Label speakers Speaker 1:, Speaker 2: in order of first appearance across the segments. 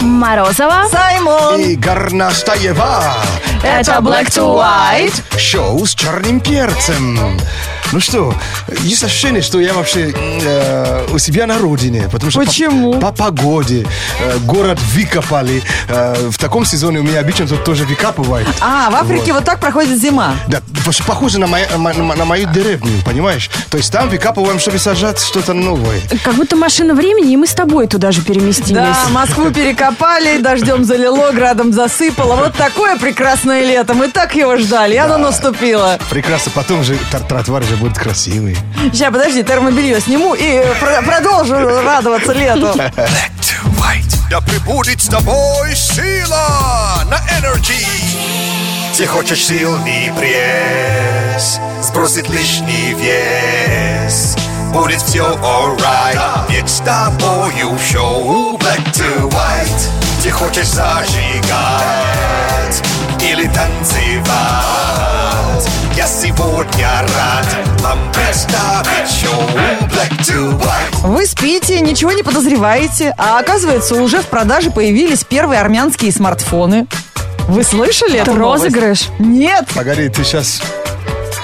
Speaker 1: Морозова.
Speaker 2: Саймон!
Speaker 3: И Горнастаева.
Speaker 1: Это Black to White.
Speaker 3: Шоу с черным перцем. Ну что, есть ощущение, что я вообще э, у себя на родине. Потому что по-
Speaker 2: Почему?
Speaker 3: По, погоде э, город выкопали. Э, в таком сезоне у меня обычно тут тоже выкапывают.
Speaker 2: А, в Африке вот так проходит зима.
Speaker 3: Да, потому что похоже на, моя- мо- на мо- на мою деревню, понимаешь? То есть там выкапываем, чтобы сажать что-то новое.
Speaker 1: Как будто машина времени, и мы с тобой туда же переместились.
Speaker 2: Да, Москву перекопали, дождем залило, градом засыпало. Вот такое прекрасное лето. Мы так его ждали, и оно наступило.
Speaker 3: Прекрасно, потом же тар- тротуар же будет красивый.
Speaker 2: Сейчас, подожди, термобелье сниму и э, про- продолжу радоваться лету.
Speaker 4: Да прибудет с тобой сила на энергии. Ты хочешь сильный пресс, сбросить лишний вес. Будет все alright, ведь с тобою шоу Black to White. Ты хочешь зажигать или танцевать. Я сегодня рад вам представить шоу Black to White.
Speaker 2: Вы спите, ничего не подозреваете, а оказывается, уже в продаже появились первые армянские смартфоны. Вы слышали
Speaker 1: Это
Speaker 2: эту новость?
Speaker 1: розыгрыш?
Speaker 2: Нет,
Speaker 3: Погоди, ты сейчас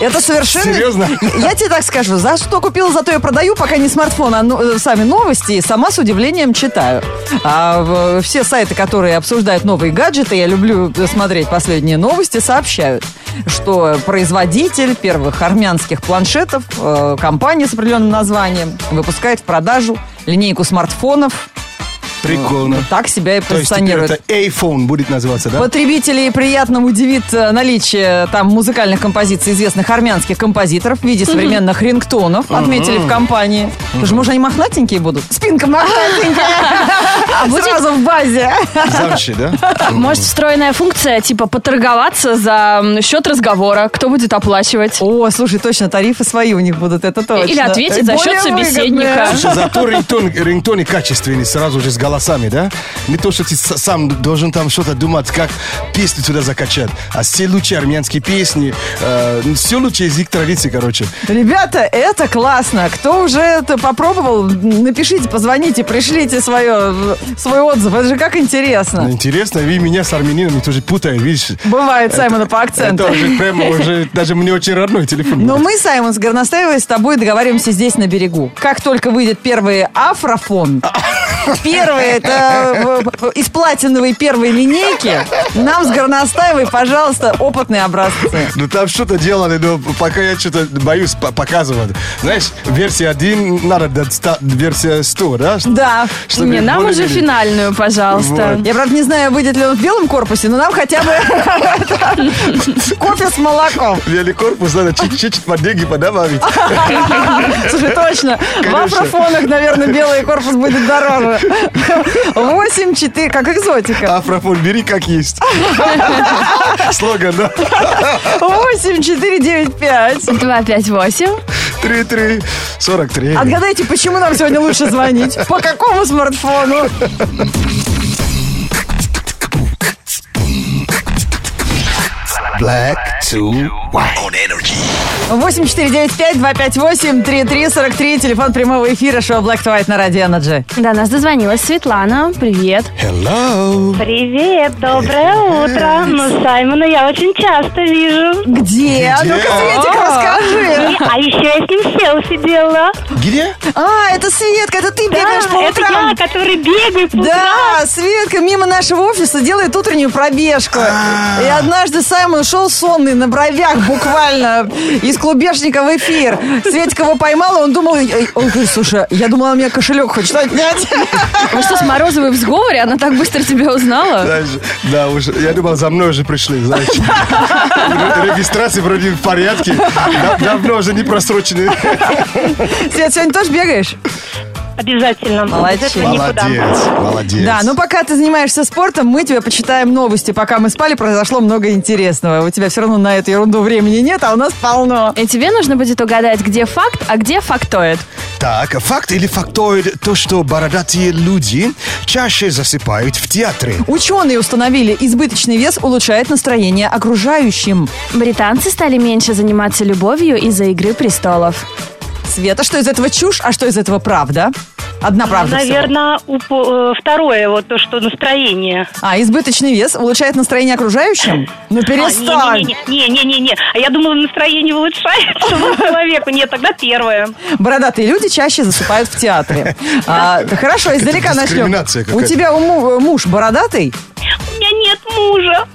Speaker 2: это совершенно...
Speaker 3: Серьезно?
Speaker 2: Я тебе так скажу, за что купила, зато и продаю, пока не смартфон, а ну, э, сами новости, и сама с удивлением читаю. А э, все сайты, которые обсуждают новые гаджеты, я люблю э, смотреть последние новости, сообщают, что производитель первых армянских планшетов, э, компания с определенным названием, выпускает в продажу линейку смартфонов.
Speaker 3: прикольно.
Speaker 2: Так себя и
Speaker 3: То есть теперь
Speaker 2: позиционирует.
Speaker 3: это iPhone будет называться, да?
Speaker 2: Потребителей приятно удивит э, наличие там музыкальных композиций известных армянских композиторов в виде современных рингтонов, отметили в компании. Потому что, может, они мохнатенькие будут? А Спинка мохнатенькая. Сразу в базе.
Speaker 3: Замши, да?
Speaker 1: Может, встроенная функция, типа, поторговаться за м, счет разговора, кто будет оплачивать.
Speaker 2: О, слушай, точно, тарифы свои у них будут, это точно.
Speaker 1: Или ответить за счет
Speaker 2: Более выгодные.
Speaker 1: собеседника.
Speaker 3: Слушай, зато рингтон, рингтоны качественные, сразу же с голосами, да? Не то, что ты с- сам должен там что-то думать, как песни туда закачать. А все лучшие армянские песни, э, все лучший язык традиции, короче.
Speaker 2: Ребята, это классно. Кто уже это попробовал, напишите, позвоните, пришлите свое, э, свой отзыв. Это же как интересно.
Speaker 3: Интересно, и меня с армянином тоже путают, видишь?
Speaker 2: Бывает, Саймона, по акценту.
Speaker 3: Это уже прямо уже, даже мне очень родной телефон.
Speaker 1: Ну,
Speaker 2: Но мы, Саймон, с Горностаевой с тобой договариваемся здесь, на берегу. Как только выйдет первый афрофон, первый, это э, э, из платиновой первой линейки, нам с Горностаевой, пожалуйста, опытные образцы.
Speaker 3: Ну там что-то делали, но пока я что-то боюсь по- показывать. Знаешь, версия 1 надо до 100, версия 100, да?
Speaker 2: Да.
Speaker 3: Чтобы
Speaker 1: Не, нам уже
Speaker 3: более-менее-
Speaker 1: финальную, пожалуйста.
Speaker 3: Вот.
Speaker 2: Я, правда, не знаю, выйдет ли он в белом корпусе, но нам хотя бы кофе с молоком.
Speaker 3: Великорпус надо чуть-чуть под деньги подобавить.
Speaker 2: Слушай, точно.
Speaker 3: Конечно.
Speaker 2: В афрофонах, наверное, белый корпус будет дороже. 8, 4, как экзотика.
Speaker 3: Афрофон бери как есть. Слоган, да?
Speaker 2: 8, 4, 9, 5.
Speaker 1: 258.
Speaker 3: 3-3, 43.
Speaker 2: А Отгадайте, почему нам сегодня лучше звонить? По какому смартфону?
Speaker 4: Black to white. On energy.
Speaker 2: 8495-258-3343, телефон прямого эфира шоу Black to White на Радио Energy.
Speaker 1: До нас дозвонилась Светлана. Привет.
Speaker 3: Hello.
Speaker 5: Привет, доброе утро. Ну, Саймона я очень часто вижу.
Speaker 2: Где? А Ну-ка, Светик,
Speaker 1: А.
Speaker 2: расскажи.
Speaker 5: И- А еще я с ним селфи делала.
Speaker 3: Где?
Speaker 2: А, это Светка, это ты бегаешь по
Speaker 5: это я,
Speaker 2: утрам.
Speaker 5: который бегает по утрам.
Speaker 2: Да, Светка мимо нашего офиса делает утреннюю пробежку. И однажды Саймон шел сонный на бровях буквально из клубешника в эфир. Светка его поймала, он думал, э, он говорит, слушай, я думала, у меня кошелек хочет отнять.
Speaker 1: Вы Ну что, с Морозовой в сговоре? Она так быстро тебя узнала?
Speaker 3: Даже- Да, уж, я думал, за мной уже пришли, знаешь. Ре- Регистрация вроде в порядке. Да- Давно уже не просрочены.
Speaker 2: Свет, сегодня тоже бегаешь?
Speaker 5: Обязательно.
Speaker 2: Молодец.
Speaker 5: Без этого никуда.
Speaker 3: Молодец, молодец.
Speaker 2: Да, ну пока ты занимаешься спортом, мы тебя почитаем новости. Пока мы спали, произошло много интересного. У тебя все равно на эту ерунду времени нет, а у нас полно.
Speaker 1: И тебе нужно будет угадать, где факт, а где фактоид.
Speaker 3: Так, а факт или фактоид то, что бородатые люди чаще засыпают в театре.
Speaker 2: Ученые установили, избыточный вес улучшает настроение окружающим.
Speaker 1: Британцы стали меньше заниматься любовью из-за «Игры престолов».
Speaker 2: Света, что из этого чушь, а что из этого правда? Одна
Speaker 5: Ну,
Speaker 2: правда всего.
Speaker 5: Наверное, уп- э, второе, вот то, что настроение.
Speaker 2: А, избыточный вес улучшает настроение окружающим? Ну
Speaker 5: А,
Speaker 2: перестань.
Speaker 5: Не-не-не-не, а я думала, настроение улучшается человеку. Нет, тогда первое.
Speaker 2: Бородатые люди чаще засыпают в театре. А, хорошо, издалека начнем.
Speaker 3: дискриминация
Speaker 2: У
Speaker 3: какая-то.
Speaker 2: тебя у му- муж бородатый?
Speaker 5: У меня нет мужа.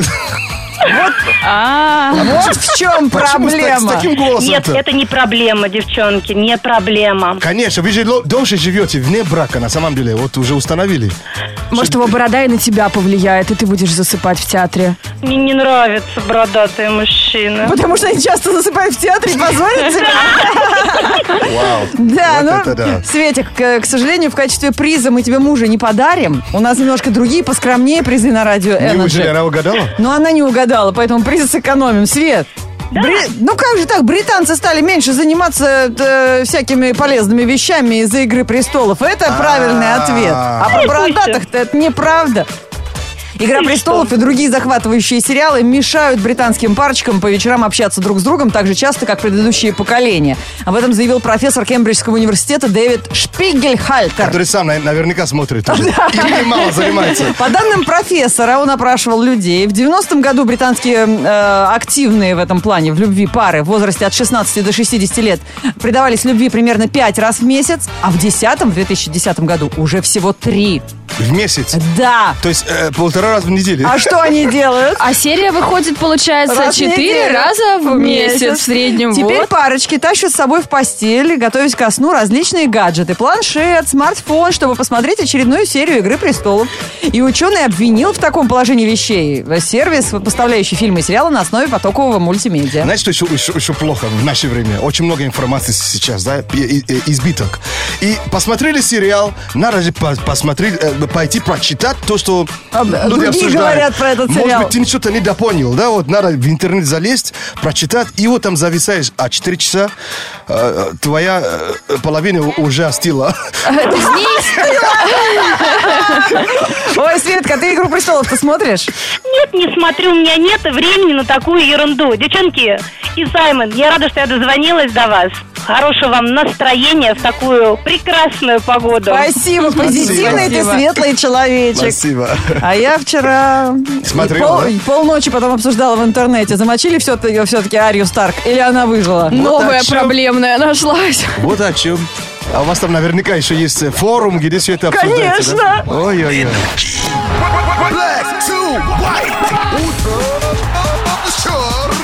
Speaker 1: А,
Speaker 2: Вот в чем
Speaker 3: Почему с так- С,
Speaker 2: проблема.
Speaker 3: таким голосом
Speaker 5: Нет, это не проблема, девчонки, не проблема.
Speaker 3: Конечно, вы же ло- дольше живете вне брака, на самом деле. Вот уже установили.
Speaker 1: может, его борода и на тебя повлияет, и ты будешь засыпать в театре.
Speaker 5: Мне не нравятся бородатые мужчины.
Speaker 2: Потому что они часто засыпают в театре и позволят себе.
Speaker 3: Вау.
Speaker 2: Да, ну,
Speaker 3: Вот это да.
Speaker 2: Светик, к, к сожалению, в качестве приза мы тебе мужа не подарим. У нас немножко другие, поскромнее призы на радио
Speaker 5: ну,
Speaker 3: Неужели
Speaker 2: Energy.
Speaker 3: она угадала?
Speaker 2: Но она не угадала, поэтому приз сэкономим. Свет, бри- ну как же так, британцы стали меньше заниматься э, всякими полезными вещами из-за «Игры престолов». Это правильный ответ. А про бородатых-то это неправда. «Игра престолов» и другие захватывающие сериалы мешают британским парочкам по вечерам общаться друг с другом так же часто, как предыдущие поколения. Об этом заявил профессор Кембриджского университета Дэвид Шпигельхальтер.
Speaker 3: Который сам на- наверняка смотрит уже. И мне мало занимается.
Speaker 2: По данным профессора, он опрашивал людей. В 90-м году британские э, активные в этом плане, в любви пары в возрасте от 16 до 60 лет предавались любви примерно 5 раз в месяц, а в 10-м, в 2010 году уже всего 3.
Speaker 3: В месяц.
Speaker 2: Да!
Speaker 3: То есть э, полтора раза в неделю.
Speaker 2: А что они делают?
Speaker 1: А серия выходит, получается,
Speaker 2: Раз в
Speaker 1: четыре
Speaker 2: неделю.
Speaker 1: раза в месяц в среднем.
Speaker 2: Теперь
Speaker 1: Вот.
Speaker 2: парочки тащат с собой в постель, готовясь ко сну, различные гаджеты. Планшет, смартфон, чтобы посмотреть очередную серию «Игры престолов». И ученый обвинил в таком положении вещей сервис, поставляющий фильмы и сериалы на основе потокового мультимедиа.
Speaker 3: Знаешь, что еще, еще- еще плохо в наше время? Очень много информации сейчас, да, и- и- и- избиток. И посмотрели сериал, надо же по- посмотреть, э, пойти прочитать то, что
Speaker 2: А,
Speaker 3: люди
Speaker 2: другие
Speaker 3: обсуждают.
Speaker 2: говорят про этот сериал.
Speaker 3: Может быть, ты что-то не допонял, да, вот надо в интернет залезть, прочитать, и вот там зависаешь, а 4 часа э, э, твоя э, половина уже остыла.
Speaker 2: Ой, Светка, ты «Игру престолов»-то смотришь?
Speaker 5: Нет, не смотрю, у меня нет времени на такую ерунду. Девчонки и Саймон, я рада, что я дозвонилась до вас. Хорошего вам настроения в такую прекрасную погоду.
Speaker 2: Спасибо, позитивный ты,
Speaker 1: Спасибо.
Speaker 2: светлый человечек.
Speaker 3: Спасибо.
Speaker 2: А я вчера
Speaker 3: Смотрела,
Speaker 2: пол-
Speaker 3: да?
Speaker 2: полночи потом обсуждала в интернете, замочили все-таки, все-таки Арию Старк или она выжила.
Speaker 1: Новая
Speaker 3: о чём.
Speaker 1: проблемная нашлась.
Speaker 3: Вот о чем. А у вас там наверняка еще есть э, форум, где все это обсуждается. да? Ой-ой-ой.
Speaker 4: Black to white. Утро с черным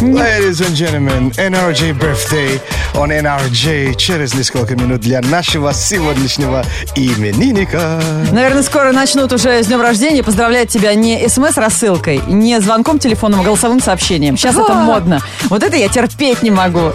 Speaker 3: Ladies and gentlemen, NRJ Birthday on NRJ через несколько минут для нашего сегодняшнего именинника.
Speaker 2: Наверное, скоро начнут уже с днем рождения поздравлять тебя не смс-рассылкой, не звонком телефоном, а голосовым сообщением. Сейчас это модно. Вот это я терпеть не могу.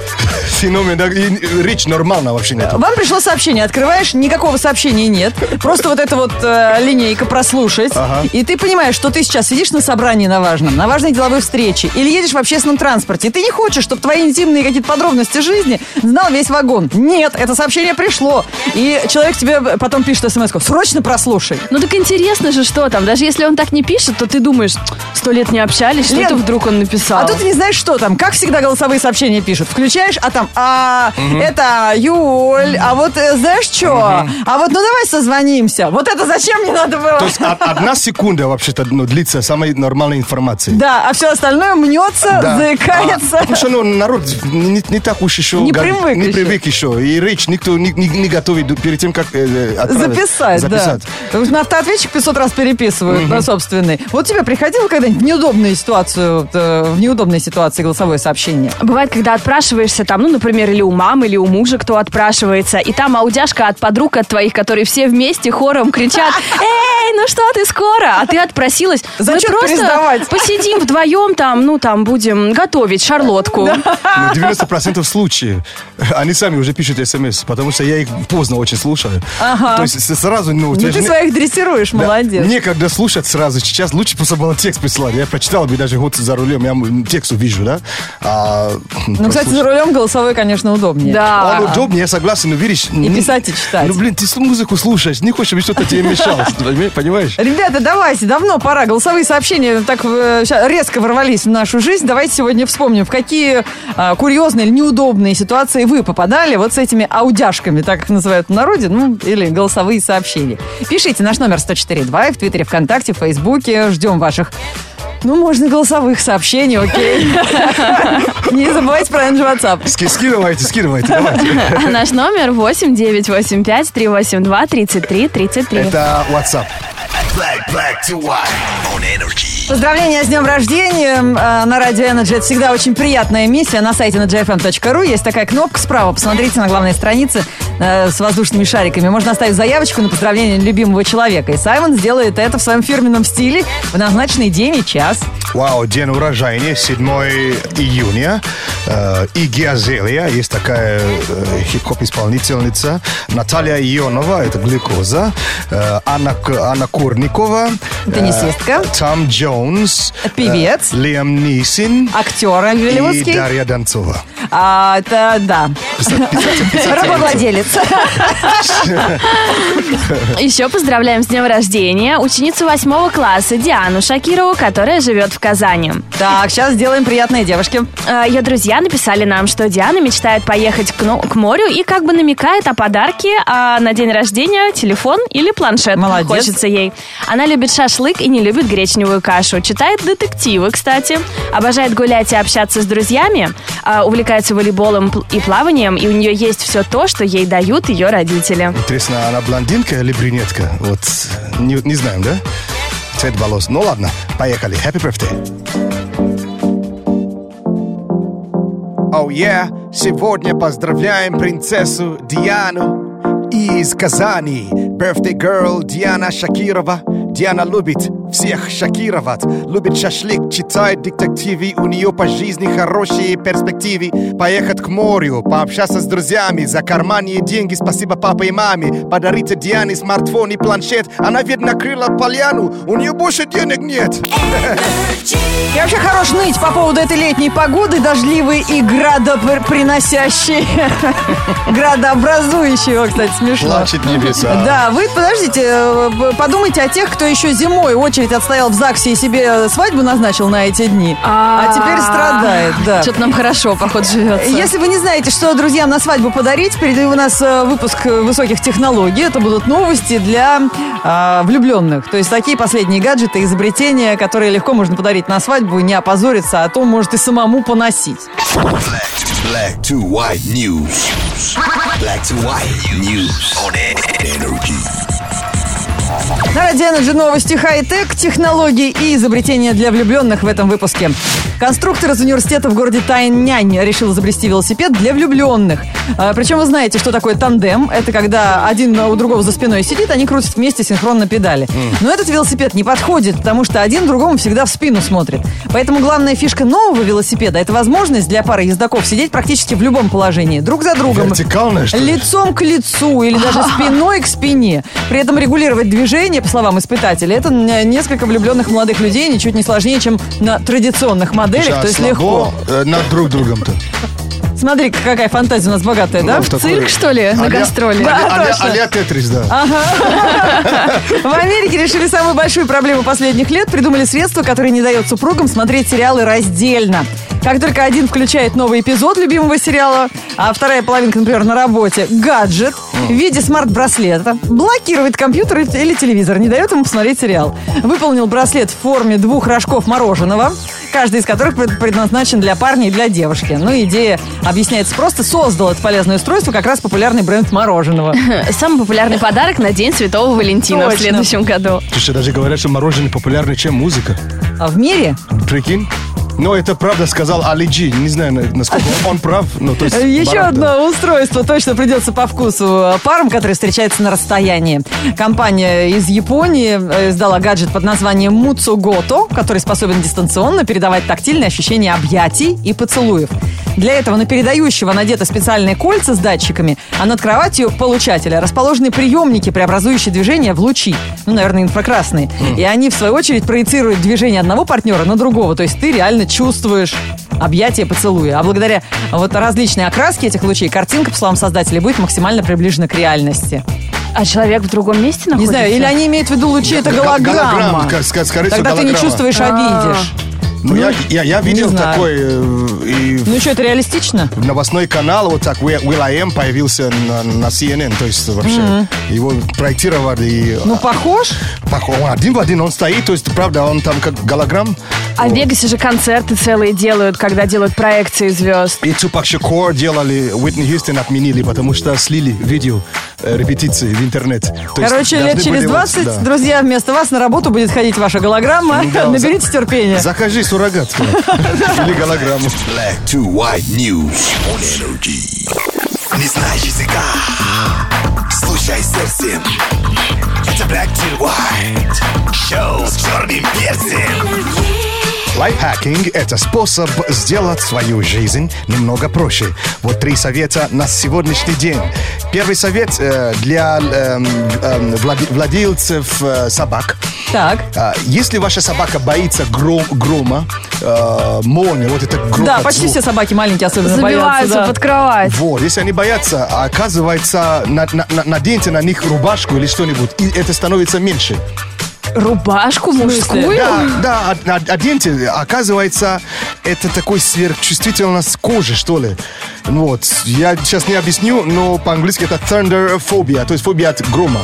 Speaker 3: Феномен, да, и речь нормально вообще нет.
Speaker 2: Вам пришло сообщение, открываешь, никакого сообщения нет. Просто вот эта вот э, линейка прослушать.
Speaker 3: Ага.
Speaker 2: И ты понимаешь, что ты сейчас сидишь на собрании на важном, на важной деловой встрече, или едешь в общественном транспорте, и ты не хочешь, чтобы твои интимные какие-то подробности жизни знал весь вагон. Нет, это сообщение пришло. И человек тебе потом пишет смс-ку, срочно прослушай.
Speaker 1: Ну так интересно же, что там. Даже если он так не пишет, то ты думаешь, сто лет не общались,
Speaker 2: Лен,
Speaker 1: что-то вдруг он написал.
Speaker 2: А тут не знаешь, что там. Как всегда голосовые сообщения пишут. Включаешь, а там, а, это Юль, а вот э, знаешь что? А вот ну давай созвонимся. Вот это зачем мне надо было?
Speaker 3: То есть а од- одна секунда вообще-то ну, длится самой нормальной информации.
Speaker 2: Да, а все остальное мнется,
Speaker 3: Да.
Speaker 2: заикается.
Speaker 3: А, потому что ну, народ не, не- не так уж еще...
Speaker 2: Не
Speaker 3: го-
Speaker 2: привык
Speaker 3: не
Speaker 2: еще.
Speaker 3: привык еще. И речь никто не, не- не готовит до- перед тем, как э, э, отправить.
Speaker 2: Записать,
Speaker 3: Записать.
Speaker 2: да. Потому что на автоответчик 500 раз переписывают на собственный. Вот тебе приходило когда-нибудь в неудобную ситуацию, вот, э, в неудобной ситуации голосовое сообщение?
Speaker 1: Бывает, когда отпрашиваешься там, ну, например, или у мамы, или у мужа кто отпрашивается, и там аудяшка от подруг от твоих, которые все вместе хором кричат «Эй, ну что ты скоро?» А ты отпросилась. «Мы
Speaker 2: Зачет
Speaker 1: просто
Speaker 2: пересдавать».
Speaker 1: посидим вдвоем там, ну, там, будем готовить шарлотку.
Speaker 3: Ну, 90% случаев они сами уже пишут смс, потому что я их поздно очень слушаю.
Speaker 2: Ага.
Speaker 3: То есть с- сразу, ну, у тебя
Speaker 2: Ну,
Speaker 3: же
Speaker 2: ты
Speaker 3: не-
Speaker 2: своих дрессируешь,
Speaker 3: Да,
Speaker 2: молодец.
Speaker 3: Некогда слушать сразу. Сейчас лучше просто было текст присылать. Я прочитал бы даже вот за рулем, я м, текст увижу, да? А,
Speaker 2: Ну, кстати, за
Speaker 3: прослушать.
Speaker 2: рулем голосовой, конечно, удобнее.
Speaker 1: Да.
Speaker 3: Он удобнее, я согласен, но видишь...
Speaker 2: И
Speaker 3: м,
Speaker 2: писать, и читать.
Speaker 3: Ну, блин, ты с- музыку слушаешь, не хочешь, чтобы что-то тебе мешало. понимаешь?
Speaker 2: Ребята, давайте, давно пора. Голосовые сообщения так э, ща- резко ворвались в нашу жизнь. Давайте сегодня вспомним, в какие а, курьезные или неудобные ситуации вы попадали вот с этими аудяшками, так их называют в народе, ну, или голосовые сообщения. Пишите наш номер 104.2 в Твиттере, ВКонтакте, в Фейсбуке. Ждем ваших ну, можно голосовых сообщений, окей. Не забывайте про NG WhatsApp.
Speaker 3: Ски- Скидывайте, скидывайте, давайте.
Speaker 1: А Наш номер 8985-382-33-33.
Speaker 3: Это WhatsApp.
Speaker 4: Black, black to white on energy.
Speaker 2: Поздравления с днем рождения Э, на радио Energy. Это всегда очень приятная миссия. На сайте energyfm.ru есть такая кнопка справа. Посмотрите на главной странице э, с воздушными шариками. Можно оставить заявочку на поздравление любимого человека. И Саймон сделает это в своем фирменном стиле в назначенный день и час.
Speaker 3: Вау, день урожайный, 7 июня. Э, Иги Азелия, есть такая э, хип-хоп-исполнительница. Наталья Ионова, это глюкоза. Э, Анна, К- Анна Курникова.
Speaker 2: Теннисистка.
Speaker 3: Э, Том Джонс.
Speaker 2: Певец.
Speaker 3: Э, Лиам Нисин.
Speaker 2: Актер
Speaker 3: И
Speaker 2: голливудский.
Speaker 3: Дарья Донцова.
Speaker 2: А, это, да.
Speaker 3: Писать- писать- писать-
Speaker 2: Рабовладелец.
Speaker 1: Еще поздравляем с днем рождения ученицу 8 класса Диану Шакирову, которая живет в Казани.
Speaker 2: Так, сейчас сделаем приятные девушки.
Speaker 1: Э, Ее друзья написали нам, что Диана мечтает поехать к, но- к морю и как бы намекает о подарке а на день рождения телефон или планшет.
Speaker 2: Молодец.
Speaker 1: Хочется ей. Она любит шашлык и не любит гречневую кашу. Читает детективы, кстати. Обожает гулять и общаться с друзьями. а, Увлекается волейболом пл- и плаванием. И у нее есть все то, что ей дают ее родители.
Speaker 3: Интересно, она блондинка или брюнетка? Вот не, не знаем, да? Цвет волос. Ну ладно, поехали. Happy birthday. Оу, Oh, Сегодня поздравляем принцессу Диану из Казани. Birthday girl Диана Шакирова. Диана любит всех шокировать. Любит шашлык, читает детективы. У нее по жизни хорошие перспективы. Поехать к морю, пообщаться с друзьями. За карманные деньги спасибо папе и маме. Подарите Диане смартфон и планшет. Она ведь накрыла поляну. У нее больше денег нет.
Speaker 2: Я вообще хорош ныть по поводу этой летней погоды, дождливой и градоприносящей. Градообразующей, О, кстати, смешно.
Speaker 3: Плачет небеса.
Speaker 2: Да, вы подождите, э, п- подумайте о тех, кто еще зимой очередь отстоял в ЗАГСе и себе свадьбу назначил на эти дни, а теперь страдает, да.
Speaker 1: Что-то нам хорошо, походу, живется.
Speaker 2: Если вы не знаете, что друзьям на свадьбу подарить, впереди у нас э, выпуск э, высоких технологий. Это будут новости для а, влюбленных. То есть такие последние гаджеты, изобретения, которые легко можно подарить на свадьбу и не опозориться, а то, может, и самому поносить.
Speaker 4: Black to white news. Black to white news on e- energy.
Speaker 2: На Радио Energy новости хай-тек, технологии и изобретения для влюбленных в этом выпуске. Конструктор из университета в городе Тайнянь решил изобрести велосипед для влюбленных. А, Причем вы знаете, что такое тандем. Это когда один у другого за спиной сидит, они крутят вместе синхронно педали. Но этот велосипед не подходит, потому что один другому всегда в спину смотрит. Поэтому главная фишка нового велосипеда – это возможность для пары ездаков сидеть практически в любом положении, друг за другом.
Speaker 3: Вертикальная, что ли?
Speaker 2: Лицом к лицу или даже спиной к спине. При этом регулировать движение, по словам испытателей, это н- несколько влюбленных молодых людей ничуть не сложнее, чем на традиционных моделях,
Speaker 3: Да,
Speaker 2: то есть
Speaker 3: слабо,
Speaker 2: легко.
Speaker 3: э, над друг другом-то.
Speaker 2: Смотри, какая фантазия у нас богатая, да?
Speaker 3: Ну, такой-
Speaker 1: Цирк, что ли, на
Speaker 3: Аля-
Speaker 1: гастроли?
Speaker 3: Аля- Аля- Аля Тетрис, да.
Speaker 2: В Америке решили самую большую проблему последних лет. Придумали средство, которое не дает супругам смотреть сериалы раздельно. Как только один включает новый эпизод любимого сериала, а вторая половинка, например, на работе, гаджет в виде смарт-браслета блокирует компьютер и- или телевизор, не дает ему посмотреть сериал. Выполнил браслет в форме двух рожков мороженого, каждый из которых пред- предназначен для парня и для девушки. Ну, идея объясняется просто. Создал это полезное устройство как раз популярный бренд мороженого.
Speaker 1: Самый популярный подарок на День Святого Валентина в
Speaker 2: Точно.
Speaker 1: следующем году.
Speaker 3: Слушай, даже говорят, что мороженое популярнее, чем музыка.
Speaker 2: А в мире
Speaker 3: Прикинь? Но это правда сказал Али Джи. Не знаю, на- насколько он- он прав. Но, то есть,
Speaker 2: Еще
Speaker 3: баран, да.
Speaker 2: Э, одно устройство точно придется по вкусу э, парам, которые встречаются на расстоянии. Компания из Японии э, издала гаджет под названием Муцугото, который способен дистанционно передавать тактильные ощущения объятий и поцелуев. Для этого на передающего надето специальные кольца с датчиками, а над кроватью получателя расположены приемники, преобразующие движение в лучи, ну, наверное, инфракрасные.
Speaker 3: Хм.
Speaker 2: И они, в свою очередь, проецируют движение одного партнера на другого. То есть ты реально чувствуешь объятия, поцелуи. А благодаря вот различной окраске этих лучей картинка, по словам создателей, будет максимально приближена к реальности.
Speaker 1: А человек в другом месте
Speaker 2: Не
Speaker 1: находится?
Speaker 2: знаю, или они имеют в виду лучи, это
Speaker 3: Г-
Speaker 2: голограмма.
Speaker 3: голограмма, ка- ска- скорее всего,
Speaker 2: Тогда ты не
Speaker 3: голограмма.
Speaker 2: чувствуешь, а видишь.
Speaker 3: Ну, я, я, я видел
Speaker 2: знаю.
Speaker 3: такой э, и в
Speaker 2: Ну что, это реалистично?
Speaker 3: новостной канал, вот так, Will Will I Am появился на, на CNN, то есть вообще его проектировали. И,
Speaker 2: Ну, похож?
Speaker 3: пох- он один в один он стоит, то есть, правда, он там как голограмм.
Speaker 1: А в Вегасе же концерты целые делают, когда делают проекции звезд.
Speaker 3: И Тупак Шакур делали, Уитни Хьюстон отменили, потому что слили видео э, репетиции в интернет. То есть
Speaker 2: Короче,
Speaker 3: должны
Speaker 2: лет через
Speaker 3: были вот,
Speaker 2: 20,
Speaker 3: да.
Speaker 2: друзья, вместо вас на работу будет ходить ваша голограмма.
Speaker 3: Да,
Speaker 2: Наберите
Speaker 3: за-
Speaker 2: терпения.
Speaker 3: Закажи суррогат. Или голограмму.
Speaker 4: Black to white news on energy. Не знаешь языка, слушай сердцем. Это black to white. Шоу с черным перцем.
Speaker 3: Лайфхакинг – это способ сделать свою жизнь немного проще. Вот три совета на сегодняшний день. Первый совет э, для эм, эм, владе- владельцев э, собак.
Speaker 2: Так.
Speaker 3: А, Если ваша собака боится гром- грома, э, молнии, вот это гром.
Speaker 2: Да,
Speaker 3: от
Speaker 2: почти
Speaker 3: Ну, звук.
Speaker 2: все собаки маленькие особенно
Speaker 1: Забиваются
Speaker 2: боятся.
Speaker 1: под
Speaker 2: да.
Speaker 1: кровать.
Speaker 3: Вот, если они боятся, а оказывается, на- на- на- наденьте на них рубашку или что-нибудь, и это становится меньше.
Speaker 1: Рубашку
Speaker 2: смысле?
Speaker 1: мужскую?
Speaker 3: Да, да, од- од- оденьте. Оказывается, это такой сверхчувствительность кожи, что ли. Ну Вот, я сейчас не объясню, но по-английски это thunderphobia, то есть фобия от грома.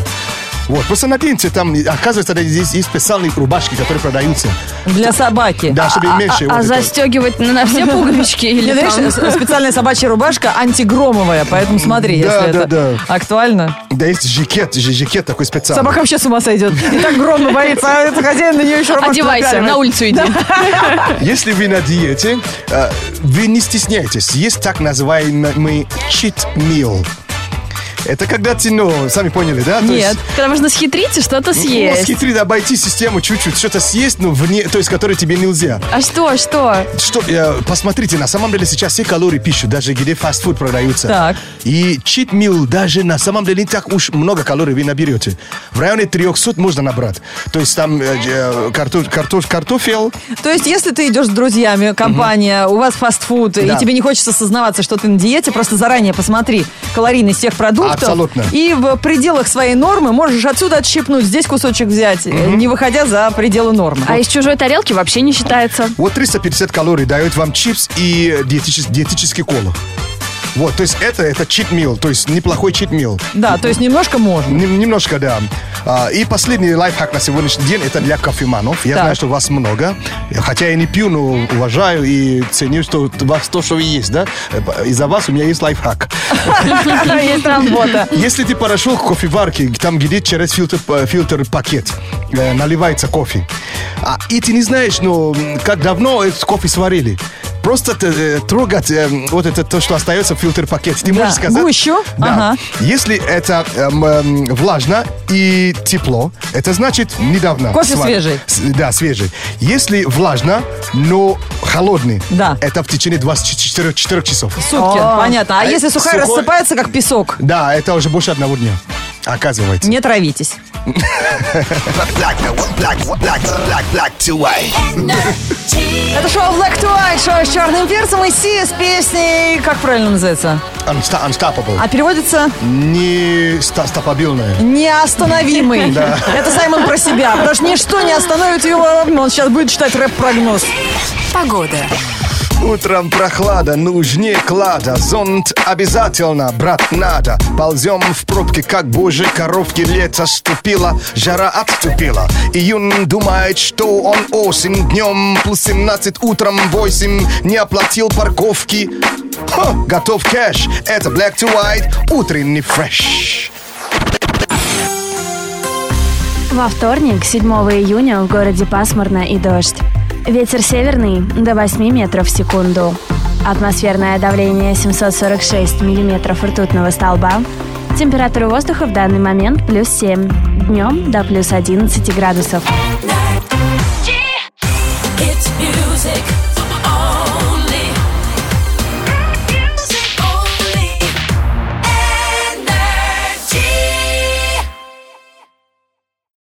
Speaker 3: Вот, просто наденьте там, и оказывается, да, здесь есть специальные рубашки, которые продаются.
Speaker 2: Для собаки.
Speaker 3: Да, чтобы меньше
Speaker 1: А
Speaker 3: вот это.
Speaker 1: застегивать на на все пуговички или
Speaker 2: Или, знаешь,
Speaker 1: там?
Speaker 2: с- специальная собачья рубашка антигромовая, поэтому смотри,
Speaker 3: Да,
Speaker 2: если
Speaker 3: да,
Speaker 2: это
Speaker 3: да.
Speaker 2: актуально.
Speaker 3: Да, есть жакет, ж- жакет такой специальный.
Speaker 2: Собака вообще с ума сойдет. И так громко боится, а этот хозяин на нее еще рубашку
Speaker 1: Одевайся,
Speaker 2: напяливает.
Speaker 1: на улицу иди.
Speaker 3: Если вы на диете, э, вы не стесняйтесь. Есть так называемый cheat meal. Это когда ты, ну, сами поняли, да? То есть-
Speaker 2: Нет.
Speaker 1: Когда можно схитрить и что-то
Speaker 3: Ну,
Speaker 1: съесть.
Speaker 3: схитрить, обойти систему чуть-чуть, что-то съесть, но вне, то есть, которое тебе нельзя.
Speaker 1: А что, что?
Speaker 3: Что, э, посмотрите, на самом деле сейчас все калории пищу, даже где фастфуд продаются.
Speaker 2: Так.
Speaker 3: И чит-мил даже на самом деле не так уж много калорий вы наберете. В районе 300 можно набрать. То есть там э, э, картоф- картоф- картофель,
Speaker 2: То есть, если ты идешь с друзьями, компания, у вас фастфуд, и
Speaker 3: Да.
Speaker 2: тебе не хочется сознаваться, что ты на диете, просто заранее посмотри калорийность всех продуктов.
Speaker 3: Абсолютно.
Speaker 2: И в пределах своей нормы можешь отсюда отщипнуть, здесь кусочек взять, э, не выходя за пределы нормы.
Speaker 1: А из чужой тарелки вообще не считается.
Speaker 3: Вот 350 калорий дает вам чипс и диетический, диетический кола. Вот, то есть это, это чит-мил, то есть неплохой чит-мил.
Speaker 2: Да, то есть немножко можно.
Speaker 3: Нем- Немножко, да. А, И последний лайфхак на сегодняшний день, это для кофеманов. Я
Speaker 2: Так.
Speaker 3: знаю, что вас много. Хотя я не пью, но уважаю и ценю, что у вас то, что вы есть, да? Э, Из-за вас у меня есть лайфхак.
Speaker 2: Есть работа.
Speaker 3: Если ты подошел к кофеварке, там, где через фильтр, э, фильтр пакет э, наливается кофе, а, и ты не знаешь, ну, м, как давно этот кофе сварили, просто э, трогать э, вот это то, что остается в фильтр пакете. Ты
Speaker 2: Да,
Speaker 3: можешь сказать...
Speaker 2: гущу,
Speaker 3: Да.
Speaker 2: ага.
Speaker 3: Если это эм, эм, влажно и тепло, это значит недавно.
Speaker 2: Кофе
Speaker 3: свар-
Speaker 2: свежий.
Speaker 3: с- Да, свежий. Если влажно, но холодный,
Speaker 2: Да.
Speaker 3: это в течение 24 4 часов.
Speaker 2: Сутки, понятно. А
Speaker 3: А
Speaker 2: если сухая
Speaker 3: сухой-
Speaker 2: рассыпается, как песок,
Speaker 3: Да, это уже больше одного дня. Оказывается.
Speaker 2: не травитесь.
Speaker 4: Black, black, black, black, black to white.
Speaker 2: Это шоу Black to White, шоу с черным перцем и Си с песней, как правильно называется?
Speaker 3: Unsta- unstoppable.
Speaker 2: А переводится
Speaker 3: Не ста- стопабильная.
Speaker 2: Неостановимый. Это Саймон про себя, потому что ничто не остановит его. Он сейчас будет читать рэп-прогноз.
Speaker 3: Утром прохлада, нужнее клада. Зонт обязательно, брат, надо. Ползем в пробке, как божьи коровки. Лето ступило, жара отступила. Июнь думает, что он осень. Днем плюс 17, утром 8. Не оплатил парковки. Ха, готов кэш. Это Black to White, утренний фреш.
Speaker 1: Во вторник, 7 июня, в городе пасмурно и дождь. Ветер северный до 8 метров в секунду. Атмосферное давление 746 миллиметров ртутного столба. Температура воздуха в данный момент плюс 7. Днем до плюс 11 градусов.
Speaker 6: It's music.